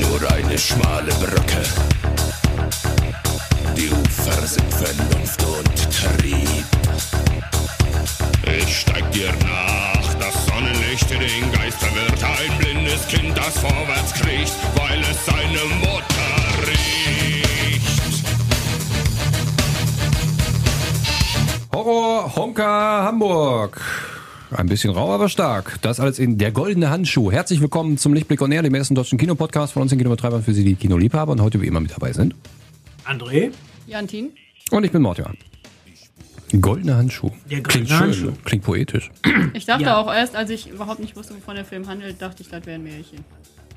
nur eine schmale Brücke. Die Ufer sind Vernunft und Trieb. Ich steig dir nach, das Sonnenlicht in den Geist verwirrt. Ein blindes Kind, das vorwärts kriecht, weil es seine Mutter riecht. Horror Honka Hamburg. Ein bisschen rau, aber stark. Das alles in der goldene Handschuh. Herzlich willkommen zum Lichtblick on Air, dem ersten deutschen Kinopodcast von uns den Kinobetreibern für Sie, die Kinoliebhaber und heute wie immer mit dabei sind. André? Jantin? Und ich bin Mortimer. Goldene Handschuh. Der goldene Klingt schön, Handschuh. ne? klingt poetisch. Ich dachte Ja. auch erst, als ich überhaupt nicht wusste, wovon der Film handelt, dachte ich, das wäre ein Märchen.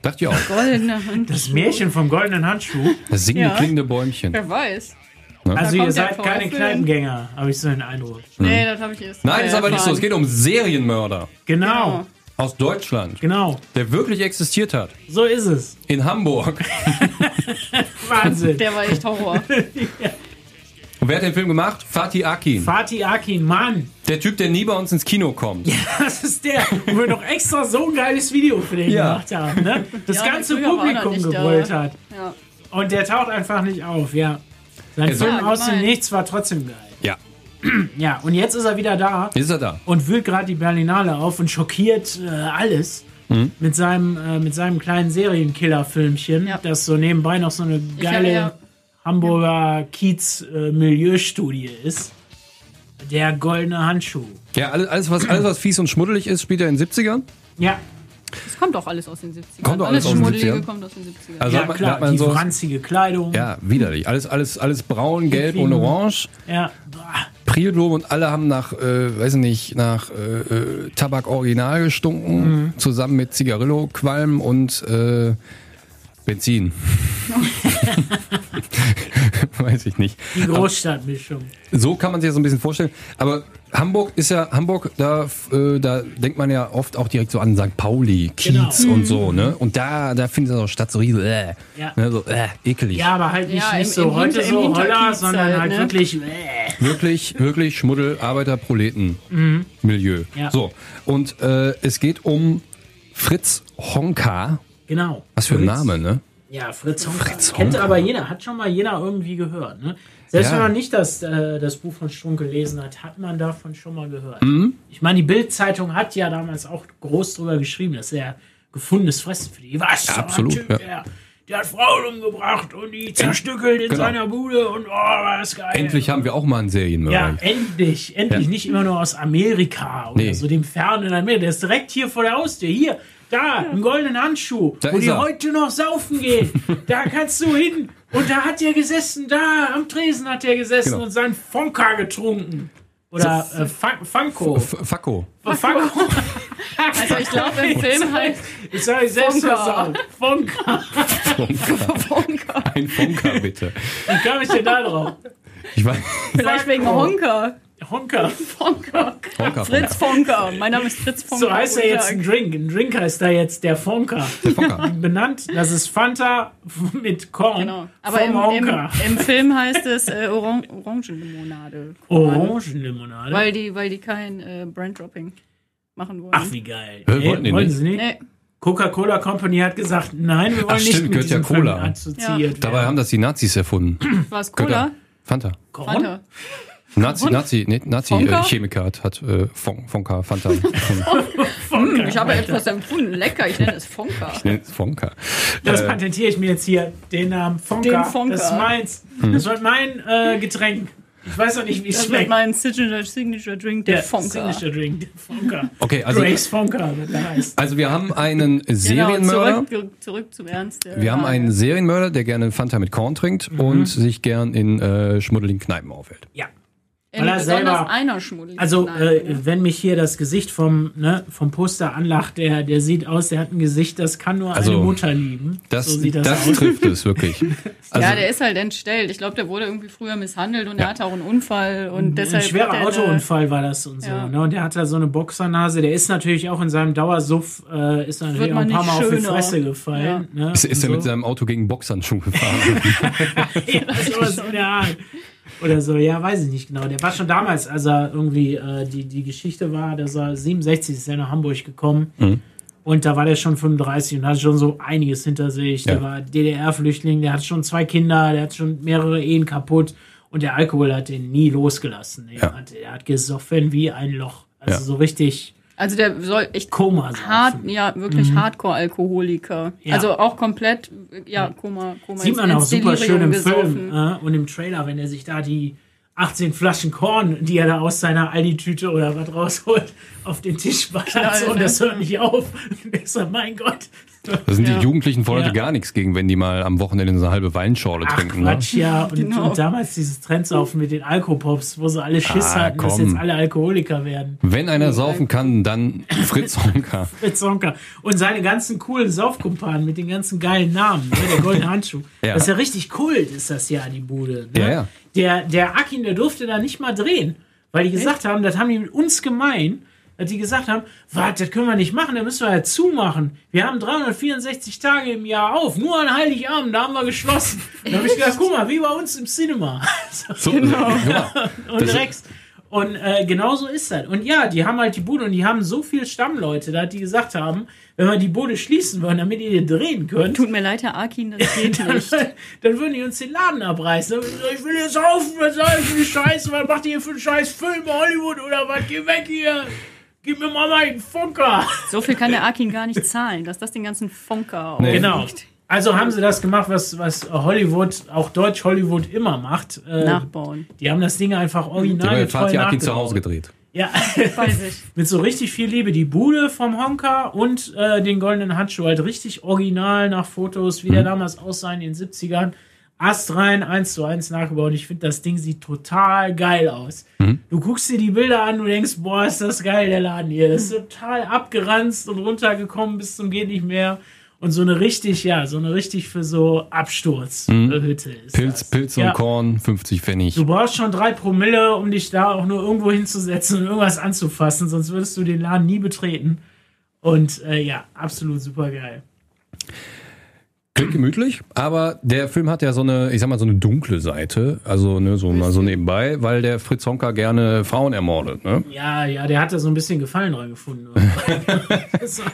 Dachte ich auch. Goldene Hand. Das Märchen vom goldenen Handschuh. Das singende, Ja. klingende Bäumchen. Wer weiß. Also kommt ihr der seid keine VfL. Kneipengänger, habe ich so den Eindruck. Nee, das habe ich erst. Hm. Nein, ist aber nicht so. Es erfahren. geht um Oh, Serienmörder Genau, aus Deutschland, genau. der wirklich existiert hat. So ist es. In Hamburg. Wahnsinn. Der war echt Horror. Und wer hat den Film gemacht? Fatih Akin. Fatih Akin, Mann. Der Typ, der nie bei uns ins Kino kommt. Das ist der, wo wir noch extra so ein geiles Video für den Ja. gemacht haben. Ne? Das Ja, ganze Victoria war da Publikum nicht da. gebrüllt hat. Ja. Und der taucht einfach nicht auf, ja. Sein Also- Film Ja, aus dem gemein. Nichts war trotzdem geil. Ja. Ja, und jetzt ist er wieder da Ist er da? und wühlt gerade die Berlinale auf und schockiert äh, alles. Mhm. Mit, seinem, äh, mit seinem kleinen Serienkiller-Filmchen, Ja. das so nebenbei noch so eine Ich habe geile ja, Hamburger Kiez-Milieustudie ist. Der goldene Handschuh. Ja, alles, alles, was, alles, was fies und schmuddelig ist, spielt er in den 70ern. Ja, es kommt doch alles aus den 70ern. Kommt doch alles aus den Schmuddelige 70ern. kommt aus den 70ern. Also ja hat man, da klar, hat man die so. ranzige Kleidung. Ja, widerlich. Alles, alles, alles braun, gelb und kriegen- orange. ja. Boah. Prilblumen und alle haben nach, äh, weiß nicht, nach äh, äh, Tabak Original gestunken. Mhm. Zusammen mit Zigarillo, Qualm und äh, Benzin. weiß ich nicht. Die Großstadtmischung. So kann man sich das so ein bisschen vorstellen. Aber Hamburg ist ja, Hamburg, da, äh, da denkt man ja oft auch direkt so an St. Pauli, Kiez Genau. und so, ne? Und da, da findet so Stadt so riesig, äh, Ja. ne, so, äh, ekelig. Ja, aber halt nicht, Ja, nicht im- so im heute Hinter- im so holla, Hinterkiez sondern halt, halt, ne? wirklich. Äh. Wirklich, wirklich Schmuddel, Arbeiter, Proleten, Milieu. Mhm. Ja. So. Und äh, es geht um Fritz Honka. Genau. Was für ein Fritz- Name, ne? Ja, Fritz Honka. Fritz Kennt Honka. aber jeder, hat schon mal jeder irgendwie gehört. Ne? Selbst Ja. wenn man nicht das, äh, das Buch von Strunk gelesen hat, hat man davon schon mal gehört. Mhm. Ich meine, die Bild-Zeitung hat ja damals auch groß drüber geschrieben, dass er gefundenes Fressen für die war. So ein absolut, Typ, ja. der, der hat Frauen umgebracht und die zerstückelt in Genau. seiner Bude und oh, war das geil. Endlich haben wir auch mal einen Ja, Serienmörder. endlich, endlich, Ja. nicht immer nur aus Amerika oder Nee. so dem fernen Amerika. Der ist direkt hier vor der Haustür, hier, da, im goldenen Handschuh, Da wo ist die er. heute noch saufen gehen. da kannst du hin. Und da hat der gesessen, da, am Tresen hat der gesessen Genau. und seinen Fonka getrunken. Oder äh, Fa- Funko. F- Facko. Funko. Also ich glaube im Film halt Ich sage selbst Fonka. versaut. Fonka. Honka. Ein Honka, bitte. Wie kam ich denn da drauf? Ich weiß. Vielleicht wegen Honka. Honka. Honka. Fonka. Honka, Fritz Fonka. Mein Name ist Fritz Fonka. So heißt er Guten jetzt Tag. ein Drink. Ein Drink heißt da jetzt der Fonka. Honka. benannt. Das ist Fanta mit Korn Genau. Aber vom im, im, Honka. im Film heißt es äh, Oran Orangenlimonade. Oh. Orangenlimonade. Weil die, weil die kein äh, Brand-Dropping machen wollen. Ach, wie geil. Äh, wollten die nicht? sie nicht? nee. Coca-Cola Company hat gesagt, nein, wir wollen Ach, stimmt, nicht mit gehört ja diesem Cola. Film assoziiert Dabei haben das die Nazis erfunden. War es Cola? Götter. Fanta. Korn? Fanta. Nazi, Nazi, nee, Nazi Fonka? äh, Chemiker hat, hat äh, Fon, Fonka, Fanta. Fonka. Ich habe etwas empfunden. Lecker, ich nenne es Fonka. Nee, Fonka. Äh. Das patentiere ich mir jetzt hier, den Namen Fonka. Den Fonka. Das ist meins. Mhm. Das wird mein äh, Getränk. Ich weiß noch nicht, wie es Das wird schmeckt. mein Signature, Signature Drink, der Fonka. Signature Drink, der Fonka. Okay, also, Drake's Fonka, wie der heißt. also wir haben einen Genau, Serienmörder. zurück, ge- zurück zum Ernst. der Wir haben Frage. einen Serienmörder, der gerne Fanta mit Korn trinkt Mhm. und sich gern in äh, schmuddeligen Kneipen aufhält. Ja. In Weil er Äh, besonders selber- einer schmuddelig. Also, Nein, äh, genau. wenn mich hier das Gesicht vom, ne, vom Poster anlacht, der, der sieht aus, der hat ein Gesicht, das kann nur Also, eine Mutter lieben. Das, so sieht das, das, aus. trifft es wirklich. Also, ja, der ist halt entstellt. Ich glaube, der wurde irgendwie früher misshandelt und er hatte auch einen Unfall und Ein deshalb. hat schwerer er- Autounfall war das und so. Ja. Ne? Und der hat da so eine Boxernase. Der ist natürlich auch in seinem Dauersuff, äh, ist natürlich auch man ein paar nicht Mal auf die schöner. Fresse gefallen. Ne? ist, ist er und mit so. seinem Auto gegen Boxhandschuh gefahren? ja, sowas in der Art. Oder so, ja, weiß ich nicht genau. Der war schon damals, Mhm. als er irgendwie äh, die, die Geschichte war, dass er 67 ist er nach Hamburg gekommen Und da war der schon 35 und hat schon so einiges hinter sich. Ja. Der war DDR-Flüchtling, der hat schon zwei Kinder, der hat schon mehrere Ehen kaputt. Und der Alkohol hat den nie losgelassen. Er, Ja. hat, er hat gesoffen wie ein Loch. Also Ja. so richtig Also der soll echt Koma sein. hart, ja, wirklich Hardcore-Alkoholiker. Hm. Ja. Also auch komplett, ja, Koma, Koma. Sieht ins- man auch ins super Delirium schön im gesoffen. Film äh, und im Trailer, wenn er sich da die 18 Flaschen Korn, die er da aus seiner Aldi-Tüte oder was rausholt, auf den Tisch ballert. Knall, Und ne? das hört nicht auf. Und ich sag, mein Gott. Da sind Ja. die Jugendlichen vor heute Ja. gar nichts gegen, wenn die mal am Wochenende so eine halbe Weinschorle Ach trinken. Ne? Quatsch, ja. Und, Genau. und damals dieses Trendsaufen mit den Alkopops, wo sie alle Schiss Ah, hatten, dass komm. jetzt alle Alkoholiker werden. Wenn einer saufen kann, dann Fritz Honka. Mit Zonka. Und seine ganzen coolen Saufkumpanen mit den ganzen geilen Namen, ne? der goldene Handschuh. Ja. Das ist ja richtig Kult, ist das ja, die Bude. Ne? Ja, ja. Der, der Akin, der durfte da nicht mal drehen, weil die gesagt haben, das haben die mit uns gemein, dass die gesagt haben, was, das können wir nicht machen, da müssen wir ja zumachen. Wir haben 364 Tage im Jahr auf, nur an Heiligabend, da haben wir geschlossen. Da habe ich gedacht, guck mal, wie bei uns im Cinema. So, genau. und Das- Rex. Und äh, genau so ist das. Und ja, die haben halt die Bude und die haben so viel Stammleute, da die gesagt haben, wenn wir die Bude schließen würden, damit ihr den drehen könnt, Tut mir leid, Herr Akin, das geht dann, nicht. dann würden die uns den Laden abreißen. Dann würden die sagen, Ich will jetzt saufen, was soll ich für die Scheiße? Was macht ihr hier für einen scheiß Film Hollywood oder was? Geh weg hier! Gib mir mal meinen Funker! So viel kann der Akin gar nicht zahlen, dass das den ganzen Fonker Nee. Genau. aufregt. Also haben sie das gemacht, was, was Hollywood, auch Deutsch Hollywood immer macht. Äh, nachbauen. die haben das Ding einfach Die original haben Fatih Akin nachgebaut. zu Hause gedreht. Ja. Weiß ich. Mit so richtig viel Liebe die Bude vom Honker und äh, den goldenen Handschuh. Halt richtig original nach Fotos, wie der damals aussah in den 70ern. Ast rein, eins zu eins nachgebaut. Ich finde, das Ding sieht total geil aus. Du guckst dir die Bilder an, du denkst, boah, ist das geil, der Laden hier. Das ist total abgeranzt und runtergekommen bis zum geht nicht mehr. Und so eine richtig, ja, so eine richtig für so Absturz äh, Hütte ist. Pilz, das. Pilz und ja. Korn, 50 Pfennig. Du brauchst schon drei Promille, um dich da auch nur irgendwo hinzusetzen und irgendwas anzufassen, sonst würdest du den Laden nie betreten. Und äh, ja, absolut super geil. Klingt gemütlich, aber der Film hat ja so eine, ich sag mal, so eine dunkle Seite, also ne, so mal so nebenbei, weil der Fritz Honka gerne Frauen ermordet. Ne? Ja, ja, der hat da so ein bisschen Gefallen dran gefunden. Das war-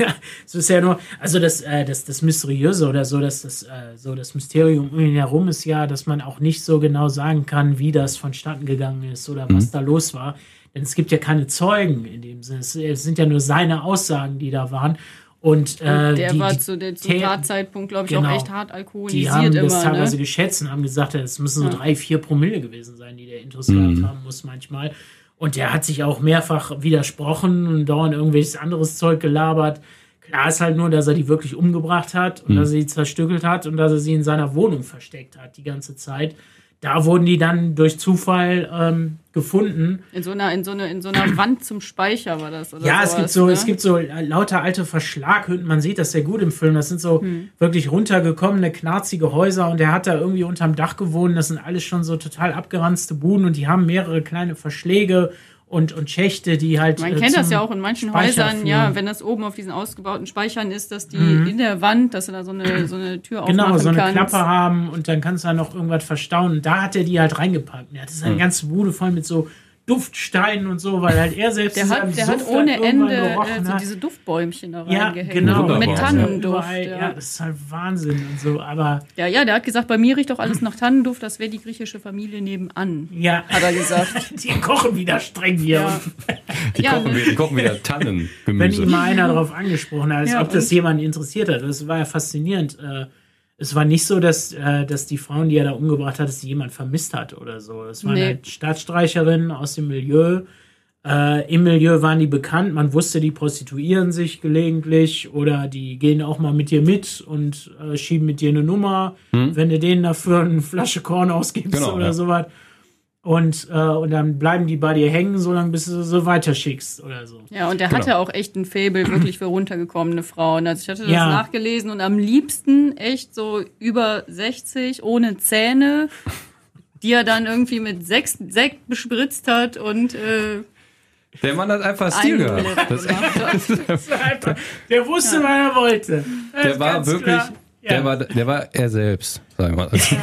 ja, es ist ja nur, also das, äh, das, das Mysteriöse oder so, dass das, äh, so das Mysterium um ihn herum ist ja, dass man auch nicht so genau sagen kann, wie das vonstatten gegangen ist oder was da los war. Denn es gibt ja keine Zeugen in dem Sinne. Es, es sind ja nur seine Aussagen, die da waren. Und, äh, Der die, war die zu dem Tä- Tatzeitpunkt, glaube ich, Genau. auch echt hart die alkoholisiert haben immer. das teilweise ne? geschätzt und haben gesagt, es müssen so drei, vier Promille gewesen sein, die der Intus gehabt haben muss manchmal. Und der hat sich auch mehrfach widersprochen und dauernd irgendwelches anderes Zeug gelabert. Klar ist halt nur, dass er die wirklich umgebracht hat und dass er sie zerstückelt hat und dass er sie in seiner Wohnung versteckt hat die ganze Zeit. Da wurden die dann durch Zufall ähm, gefunden. In so einer, in so einer, in so einer Wand zum Speicher war das, oder? Ja, sowas, es gibt so, ne? es gibt so äh, lauter alte Verschlaghütten. Man sieht das sehr gut im Film. Das sind so Hm. wirklich runtergekommene, knarzige Häuser und der hat da irgendwie unterm Dach gewohnt. Das sind alles schon so total abgeranzte Buden und die haben mehrere kleine Verschläge und, und Schächte, die halt. Man äh, kennt das zum ja auch in manchen Speicher Häusern, führen. ja, wenn das oben auf diesen ausgebauten Speichern ist, dass die in der Wand, dass du da so eine, so eine Tür Genau, aufmachen so eine kannst. Klappe haben und dann kannst du da noch irgendwas verstauen. Und da hat er die halt reingepackt. Und Er hatte seine ganze Bude voll mit so Duftsteinen und so, weil halt er selbst Der in seinem hat, der hat Suff ohne halt irgendwann Ende äh, gerochen so hat. diese Duftbäumchen da ja, reingehängt. genau. Wunderbar. Mit Tannenduft. Überall, ja, Ja. das ist halt Wahnsinn und so, aber Ja, ja, der hat gesagt, bei mir riecht doch alles nach Tannenduft, das wäre die griechische Familie nebenan. ja. Hat er gesagt. Die kochen wieder streng hier. Ja. Und Die, Ja, kochen ne? wir, die kochen wieder Wenn ihn Tannengemüse. mal einer darauf angesprochen hat, als Ja, ob das und- jemanden interessiert hat. Das war ja faszinierend. Äh, Es war nicht so, dass, äh, dass die Frauen, die er da umgebracht hat, dass sie jemand vermisst hat oder so. Es waren Nee. halt Staatsstreicherinnen aus dem Milieu. Äh, Im Milieu waren die bekannt. Man wusste, die prostituieren sich gelegentlich oder die gehen auch mal mit dir mit und äh, schieben mit dir eine Nummer, wenn du denen dafür eine Flasche Korn ausgibst Hm. Genau, oder ja. sowas. Und, äh, und dann bleiben die bei dir hängen, solange bis du sie weiterschickst oder so. Ja, und der Genau. hatte auch echt ein Faible wirklich für runtergekommene Frauen. Also ich hatte das Ja. nachgelesen und am liebsten echt so über 60 ohne Zähne, die er dann irgendwie mit Sekt, Sekt bespritzt hat und äh, Der Mann hat einfach Stil einen gehabt. Toilette Das, gemacht hat. Alter, der wusste, was er wollte. Das der ist war ganz wirklich, klar. Der, war, der war er selbst, sagen wir mal. Also,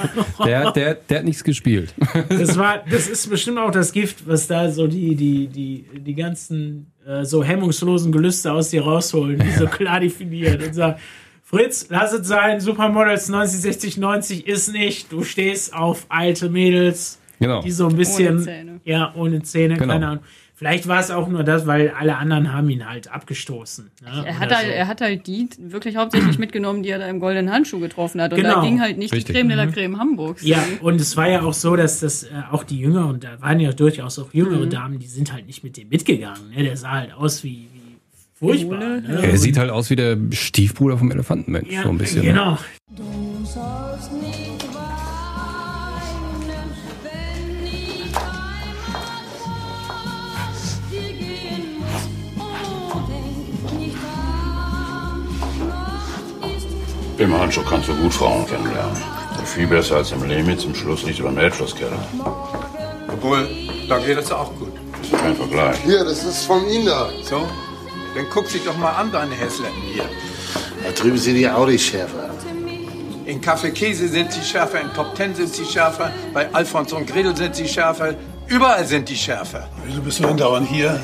der, der, der hat nichts gespielt. Das war, das ist bestimmt auch das Gift, was da so die, die, die, die ganzen äh, so hemmungslosen Gelüste aus dir rausholen, die so klar definiert und sagen, Fritz, lass es sein, Supermodels 90, 60, 90 ist nicht. Du stehst auf alte Mädels, Genau. die so ein bisschen, Ohne Zähne. ja, ohne Zähne, Genau. keine Ahnung. Vielleicht war es auch nur das, weil alle anderen haben ihn halt abgestoßen. Ne? Er Oder hat, halt, so. er hat halt die wirklich hauptsächlich mitgenommen, die er da im goldenen Handschuh getroffen hat. Und Genau. Mhm. da ging halt nicht Richtig. die Creme de la Creme Hamburgs. Ja, und es war ja auch so, dass das äh, auch die Jünger, und da waren ja durchaus auch Mhm. jüngere Damen, die sind halt nicht mit dem mitgegangen. Ne? Der sah halt aus wie, wie furchtbar. Ole. Ne? Er sieht halt aus wie der Stiefbruder vom Elefantenmensch, ja, so ein bisschen. ne? Genau. Du sollst nicht weinen, wenn ich einmal aus dir gehen muss. Oh, denk nicht dran, noch ist Im Handschuh kannst du gut Frauen kennenlernen. Viel besser als im Limit, zum Schluss nicht über den Elbschlusskeller. Obwohl, da geht das auch gut. Das ist kein Vergleich. Hier, das ist von Ihnen da. So? Dann guck sie doch mal an, deine Häsletten hier. Da drüben sind die Audi-Schärfer. In Kaffee Käse sind sie schärfer, in Top Ten sind sie schärfer, bei Alfons und Gretel sind sie schärfer, überall sind die schärfer. Wieso bist du andauernd hier?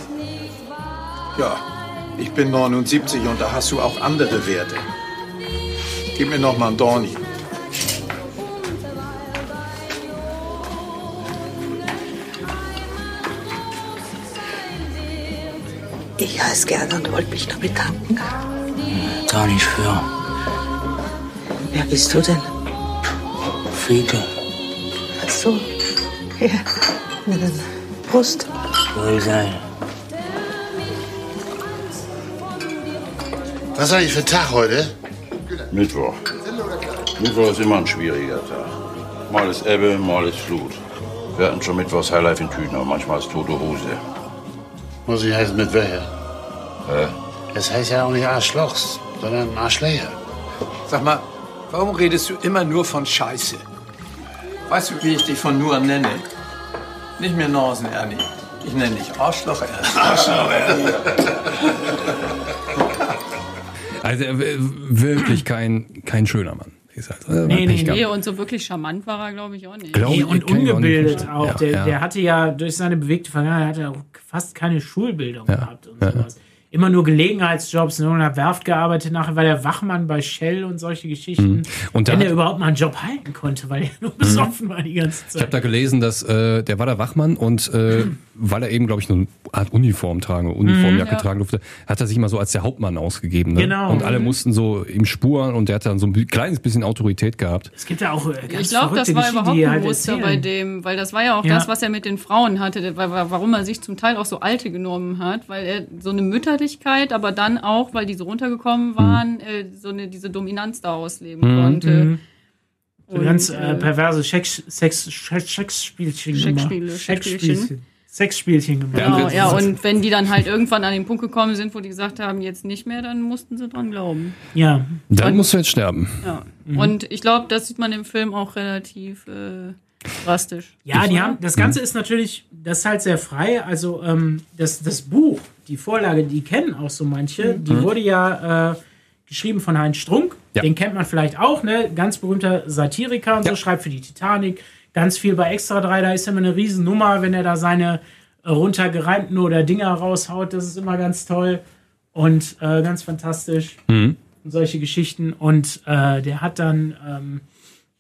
Ja, ich bin 79 und da hast du auch andere Werte. Gib mir noch mal einen Dorni. Ich heiße Gerda und wollte mich nur bedanken. Gar nicht für. Wer bist du denn? Friede. Ach so. Ja. Na dann, Prost. Wohl sein. Was ist eigentlich für ein Tag heute? Mittwoch. Mittwoch ist immer ein schwieriger Tag. Mal ist Ebbe, mal ist Flut. Wir hatten schon Mittwochs Highlife in Tüten, aber manchmal ist tote Hose. Muss ich heißen mit welcher? Hä? Das heißt ja auch nicht Arschlochs, sondern Arschlöcher. Sag mal, warum redest du immer nur von Scheiße? Weißt du, wie ich dich von nur nenne? Nicht mehr Nasen, Ernie. Ich nenne dich Arschloch, Ernie. Arschloch, Ernie. Also er w- wirklich kein, kein schöner Mann. wie gesagt. Also, Pech Nee, nee, gehabt. Nee, und so wirklich charmant war er, glaube ich, auch nicht. Glaub Nee, ich, und kann ich auch nicht ungebildet verstehen. auch. Ja, der, ja. der hatte ja durch seine bewegte Vergangenheit hatte er auch fast keine Schulbildung gehabt und ja. sowas. Immer nur Gelegenheitsjobs, nur in der Werft gearbeitet, nachher war der Wachmann bei Shell und solche Geschichten. Und Mhm. da Wenn hat- er überhaupt mal einen Job halten konnte, weil er nur besoffen war die ganze Ich habe Zeit. da gelesen, dass äh, der war der Wachmann und äh, weil er eben, glaube ich, eine Art Uniform tragen, Uniformjacke tragen durfte, hat er sich mal so als der Hauptmann ausgegeben. Ne? Genau. Und alle mussten so ihm spuren und der hat dann so ein bi- kleines bisschen Autorität gehabt. Es gibt ja auch äh, ganz Ich glaube, das verrückte war Geschichten, überhaupt die ein halt Muster erzählen. bei dem, weil das war ja auch Ja. das, was er mit den Frauen hatte, wa- wa- warum er sich zum Teil auch so alte genommen hat, weil er so eine Mütterlichkeit, aber dann auch, weil die so Mhm. runtergekommen waren, äh, so eine, diese Dominanz da ausleben konnte. mhm. So ganz äh, äh, perverse Sex, Sex, Sex, Sexspielchen Sexspiele, gemacht. Sexspielchen. Sexspielchen. Sexspielchen gemacht. Genau, Andere- ja, und wenn die dann halt irgendwann an den Punkt gekommen sind, wo die gesagt haben, jetzt nicht mehr, dann mussten sie dran glauben. Ja. Dann musst du jetzt sterben. Ja. Mhm. Und ich glaube, das sieht man im Film auch relativ äh, drastisch. Ja, die haben, das Ganze ist natürlich, das ist halt sehr frei. Also ähm, das, das Buch, die Vorlage, die kennen auch so manche, die wurde ja äh, geschrieben von Heinz Strunk. Mhm. Ja. Den kennt man vielleicht auch, ne? Ganz berühmter Satiriker und Ja. so, schreibt für die Titanic, ganz viel bei Extra 3, da ist immer eine Riesennummer, wenn er da seine äh, runtergereimten oder Dinger raushaut, das ist immer ganz toll und äh, ganz fantastisch und solche Geschichten. Und äh, der hat dann, ähm,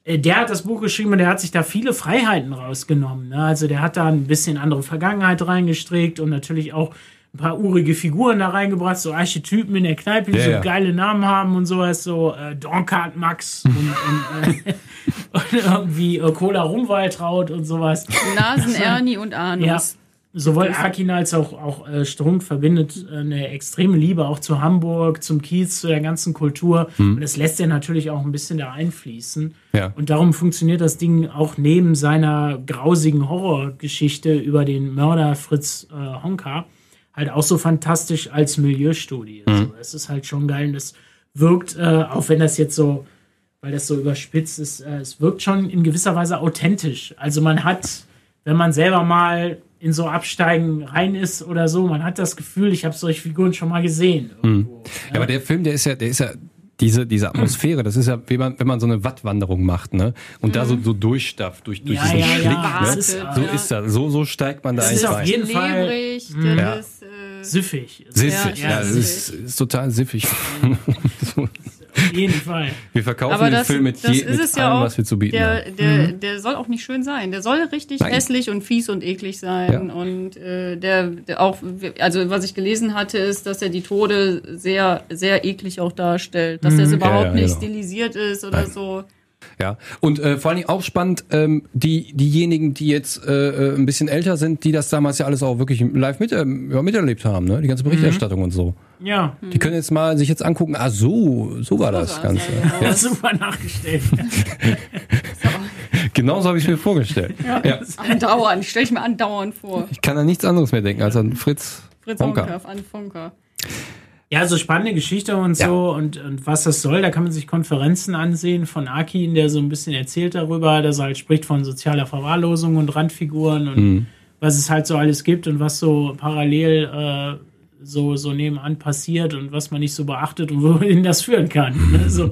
äh, der hat das Buch geschrieben und der hat sich da viele Freiheiten rausgenommen. Ne? Also der hat da ein bisschen andere Vergangenheit reingestreckt und natürlich auch ein paar urige Figuren da reingebracht, so Archetypen in der Kneipe, die Ja, so ja. geile Namen haben und sowas, so äh, Donkart Max und, und, äh, und irgendwie äh, Cola Rumwaldraut und sowas. Nasen, Ernie und Anus. Ja. Sowohl Akin als auch, auch äh, Strunk verbindet äh, eine extreme Liebe auch zu Hamburg, zum Kiez, zu der ganzen Kultur. Und das lässt er natürlich auch ein bisschen da einfließen. Ja. Und darum funktioniert das Ding auch neben seiner grausigen Horrorgeschichte über den Mörder Fritz äh, Honka halt auch so fantastisch als Milieustudie. Also, es ist halt schon geil und es wirkt, äh, auch wenn das jetzt so, weil das so überspitzt ist, äh, es wirkt schon in gewisser Weise authentisch. Also man hat, wenn man selber mal in so Absteigen rein ist oder so, man hat das Gefühl, ich habe solche Figuren schon mal gesehen. Irgendwo. Ja, aber der Film, der ist ja, der ist ja Diese, diese Atmosphäre, das ist ja, wenn man, wenn man so eine Wattwanderung macht, ne? Und da so, so durchstafft, durch, durch Mhm. Ja, diesen ja, Schlick, ja. Das ne? ist, äh, so ist das. So, so steigt man da Das ist eigentlich auf rein. jeden Fall Mhm. Lebrig, mh, Ja. das ist, äh, siffig. Ist Siffig, ja, Ja, ja, das ist, ist total siffig. So. Auf jeden Fall. wir verkaufen aber den das, Film mit, das je, ist mit es allem, ja auch. was wir zu bieten haben. der, der, Mhm. der soll auch nicht schön sein. Der soll richtig Nein. hässlich und fies und eklig sein. Ja. Und äh, der, der auch, also was ich gelesen hatte, ist, dass er die Tode sehr, sehr eklig auch darstellt. Dass er es überhaupt ja, nicht genau. stilisiert ist oder Nein. so. Ja, und äh, vor allen Dingen auch spannend, ähm, die, diejenigen, die jetzt äh, äh, ein bisschen älter sind, die das damals ja alles auch wirklich live mit, ähm, ja, miterlebt haben, ne? die Mhm. ganze Berichterstattung und so. Ja, Die können jetzt mal sich jetzt angucken, ah so, so war das war's, Ganze. ja, genau. das ist super nachgestellt. Genauso habe ich mir vorgestellt. ja. Andauernd, stelle ich mir andauernd vor. Ich kann an nichts anderes mehr denken als an Fritz, Fritz Honka. Honka, an Funker. Ja, so spannende Geschichte und Ja. so und, und was das soll, da kann man sich Konferenzen ansehen von Akin, der so ein bisschen erzählt darüber, dass er halt spricht von sozialer Verwahrlosung und Randfiguren und was es halt so alles gibt und was so parallel äh, so, so nebenan passiert und was man nicht so beachtet und wohin das führen kann. Ne? So.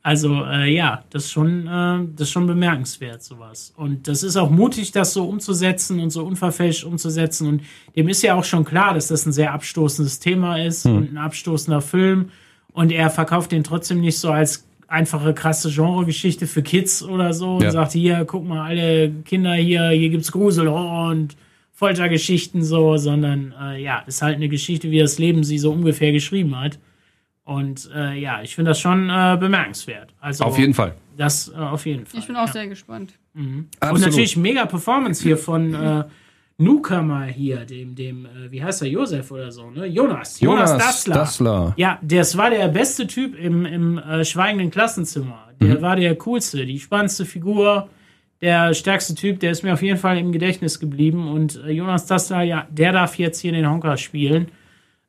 Also äh, ja, das ist schon, äh, das ist schon bemerkenswert sowas. Und das ist auch mutig, das so umzusetzen und so unverfälscht umzusetzen. Und dem ist ja auch schon klar, dass das ein sehr abstoßendes Thema ist und ein abstoßender Film. Und er verkauft den trotzdem nicht so als einfache krasse Genregeschichte für Kids oder so Ja. und sagt hier, guck mal, alle Kinder hier, hier gibt's Grusel Horror und Foltergeschichten so, sondern äh, ja, ist halt eine Geschichte, wie das Leben sie so ungefähr geschrieben hat. Und äh, ja, ich finde das schon äh, bemerkenswert. Also Auf jeden Fall. Das äh, auf jeden Fall. Ich bin auch ja. sehr gespannt. Und Absolut. natürlich mega Performance hier von äh, Newcomer hier, dem, dem, äh, wie heißt er, Josef oder so, ne? Jonas. Jonas, Jonas Dassler. Dassler. Ja, das war der beste Typ im, im äh, schweigenden Klassenzimmer. Mhm. Der war der coolste, die spannendste Figur, der stärkste Typ, der ist mir auf jeden Fall im Gedächtnis geblieben. Und äh, Jonas Dassler, ja, der darf jetzt hier den Honker spielen.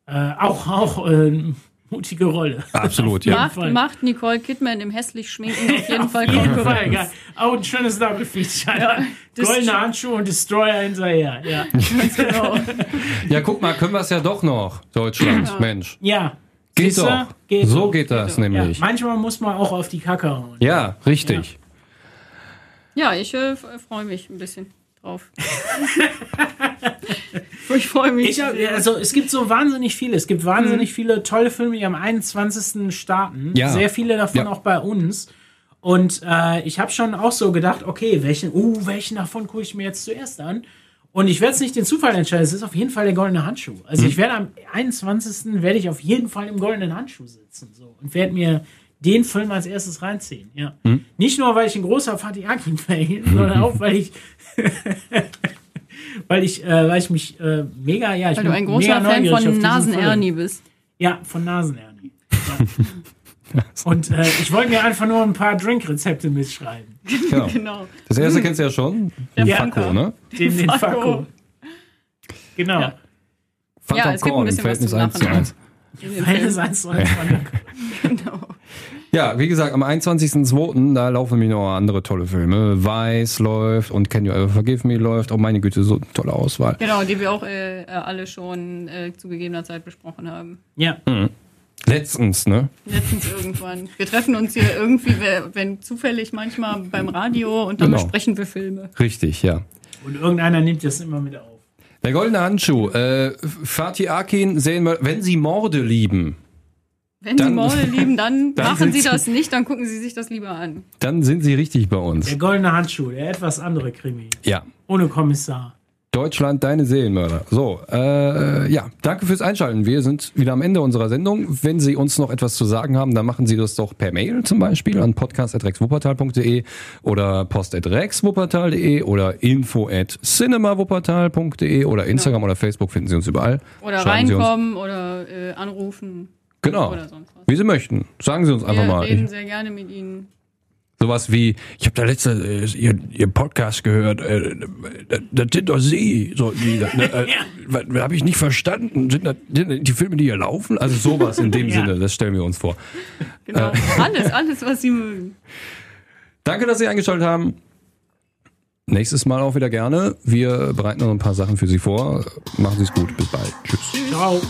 Äh, auch, auch äh, mutige Rolle. Absolut, ja. Macht, Fall. macht Nicole Kidman im hässlich Schminken auf jeden Fall Jeden Konkurrenz. Fall, geil. Auch ein schönes Double-Feature. Ja. Goldene Handschuhe und Destroyer hinterher. Ja, Genau. Ja, guck mal, können wir es ja doch noch, Deutschland, Mensch. ja. Geht Siehste? doch. Geht so doch. geht das ja. nämlich. Ja, Manchmal muss man auch auf die Kacke hauen. richtig. Ja, ich äh, freue mich ein bisschen drauf. ich freue mich. Ich hab, also es gibt so wahnsinnig viele. Es gibt wahnsinnig viele tolle Filme, die am 21. starten. Mhm. Ja. Sehr viele davon Ja. auch bei uns. Und äh, ich habe schon auch so gedacht, okay, welchen, uh, welchen davon gucke ich mir jetzt zuerst an? Und ich werde es nicht den Zufall entscheiden. Es ist auf jeden Fall der goldene Handschuh. Also ich werde am 21. werde ich auf jeden Fall im goldenen Handschuh sitzen so und werde mir den Film als erstes reinziehen. Ja. Nicht nur, weil ich ein großer Fatih Akin-Fan bin, sondern auch, weil ich weil ich, äh, weil ich mich äh, mega, ja, ich Weil du ein mega großer Fan neugierig auf von diesen Film. Nasen-Ernie bist. Ja, von Nasenernie. Ja. Und äh, ich wollte mir einfach nur ein paar Drinkrezepte mitschreiben. Genau. Genau. Das erste kennst du ja schon. Den Ja. Fakko, ne? Den, den Fakko. Genau. Ja. Fand Ja, auch es gibt ein Korn im bisschen Verhältnis was zum 1 zu Lachen. 1. Weil das eins zu eins von der Ko- Genau. Ja, wie gesagt, am 21.02. da laufen nämlich noch andere tolle Filme. Weiß läuft und Can You Ever Forgive Me läuft. Oh meine Güte, so eine tolle Auswahl. genau, die wir auch äh, äh, alle schon äh, zu gegebener Zeit besprochen haben. Ja. Letztens, ne? Letztens irgendwann. Wir treffen uns hier irgendwie, wer- wenn zufällig manchmal beim Radio und dann Genau. besprechen wir Filme. Richtig, ja. Und irgendeiner nimmt das immer mit auf. Der goldene Handschuh. Äh, Fatih Akin sehen wir, wenn sie Morde lieben, Wenn Dann- Sie Morde lieben, dann, Dann machen sind Sie Sie- das nicht, dann gucken Sie sich das lieber an. dann sind sie richtig bei uns. Der goldene Handschuh, der etwas andere Krimi. Ja. Ohne Kommissar. Deutschland, deine Seelenmörder. So, äh, ja, danke fürs Einschalten. Wir sind wieder am Ende unserer Sendung. Wenn Sie uns noch etwas zu sagen haben, dann machen Sie das doch per Mail zum Beispiel an podcast.rexwuppertal.de oder post.rexwuppertal.de oder info at cinemawuppertal.de oder Instagram oder Facebook finden Sie uns überall. Genau. Oder Schreiben Sie uns- reinkommen oder äh, anrufen Genau, oder sonst was. wie Sie möchten. Sagen Sie uns einfach Wir mal. reden Ich, sehr gerne mit Ihnen. sowas wie, ich habe da letzte äh, ihr, ihr Podcast gehört, äh, das, das sind doch Sie. So, die, äh, äh, habe ich nicht verstanden. Sind das, sind das die Filme, die hier laufen? Also sowas in dem Ja. Sinne, das stellen wir uns vor. Genau. Alles, alles, was Sie mögen. Danke, dass Sie eingeschaltet haben. Nächstes Mal auch wieder gerne. Wir bereiten noch ein paar Sachen für Sie vor. Machen Sie es gut. Bis bald. Tschüss. Ciao.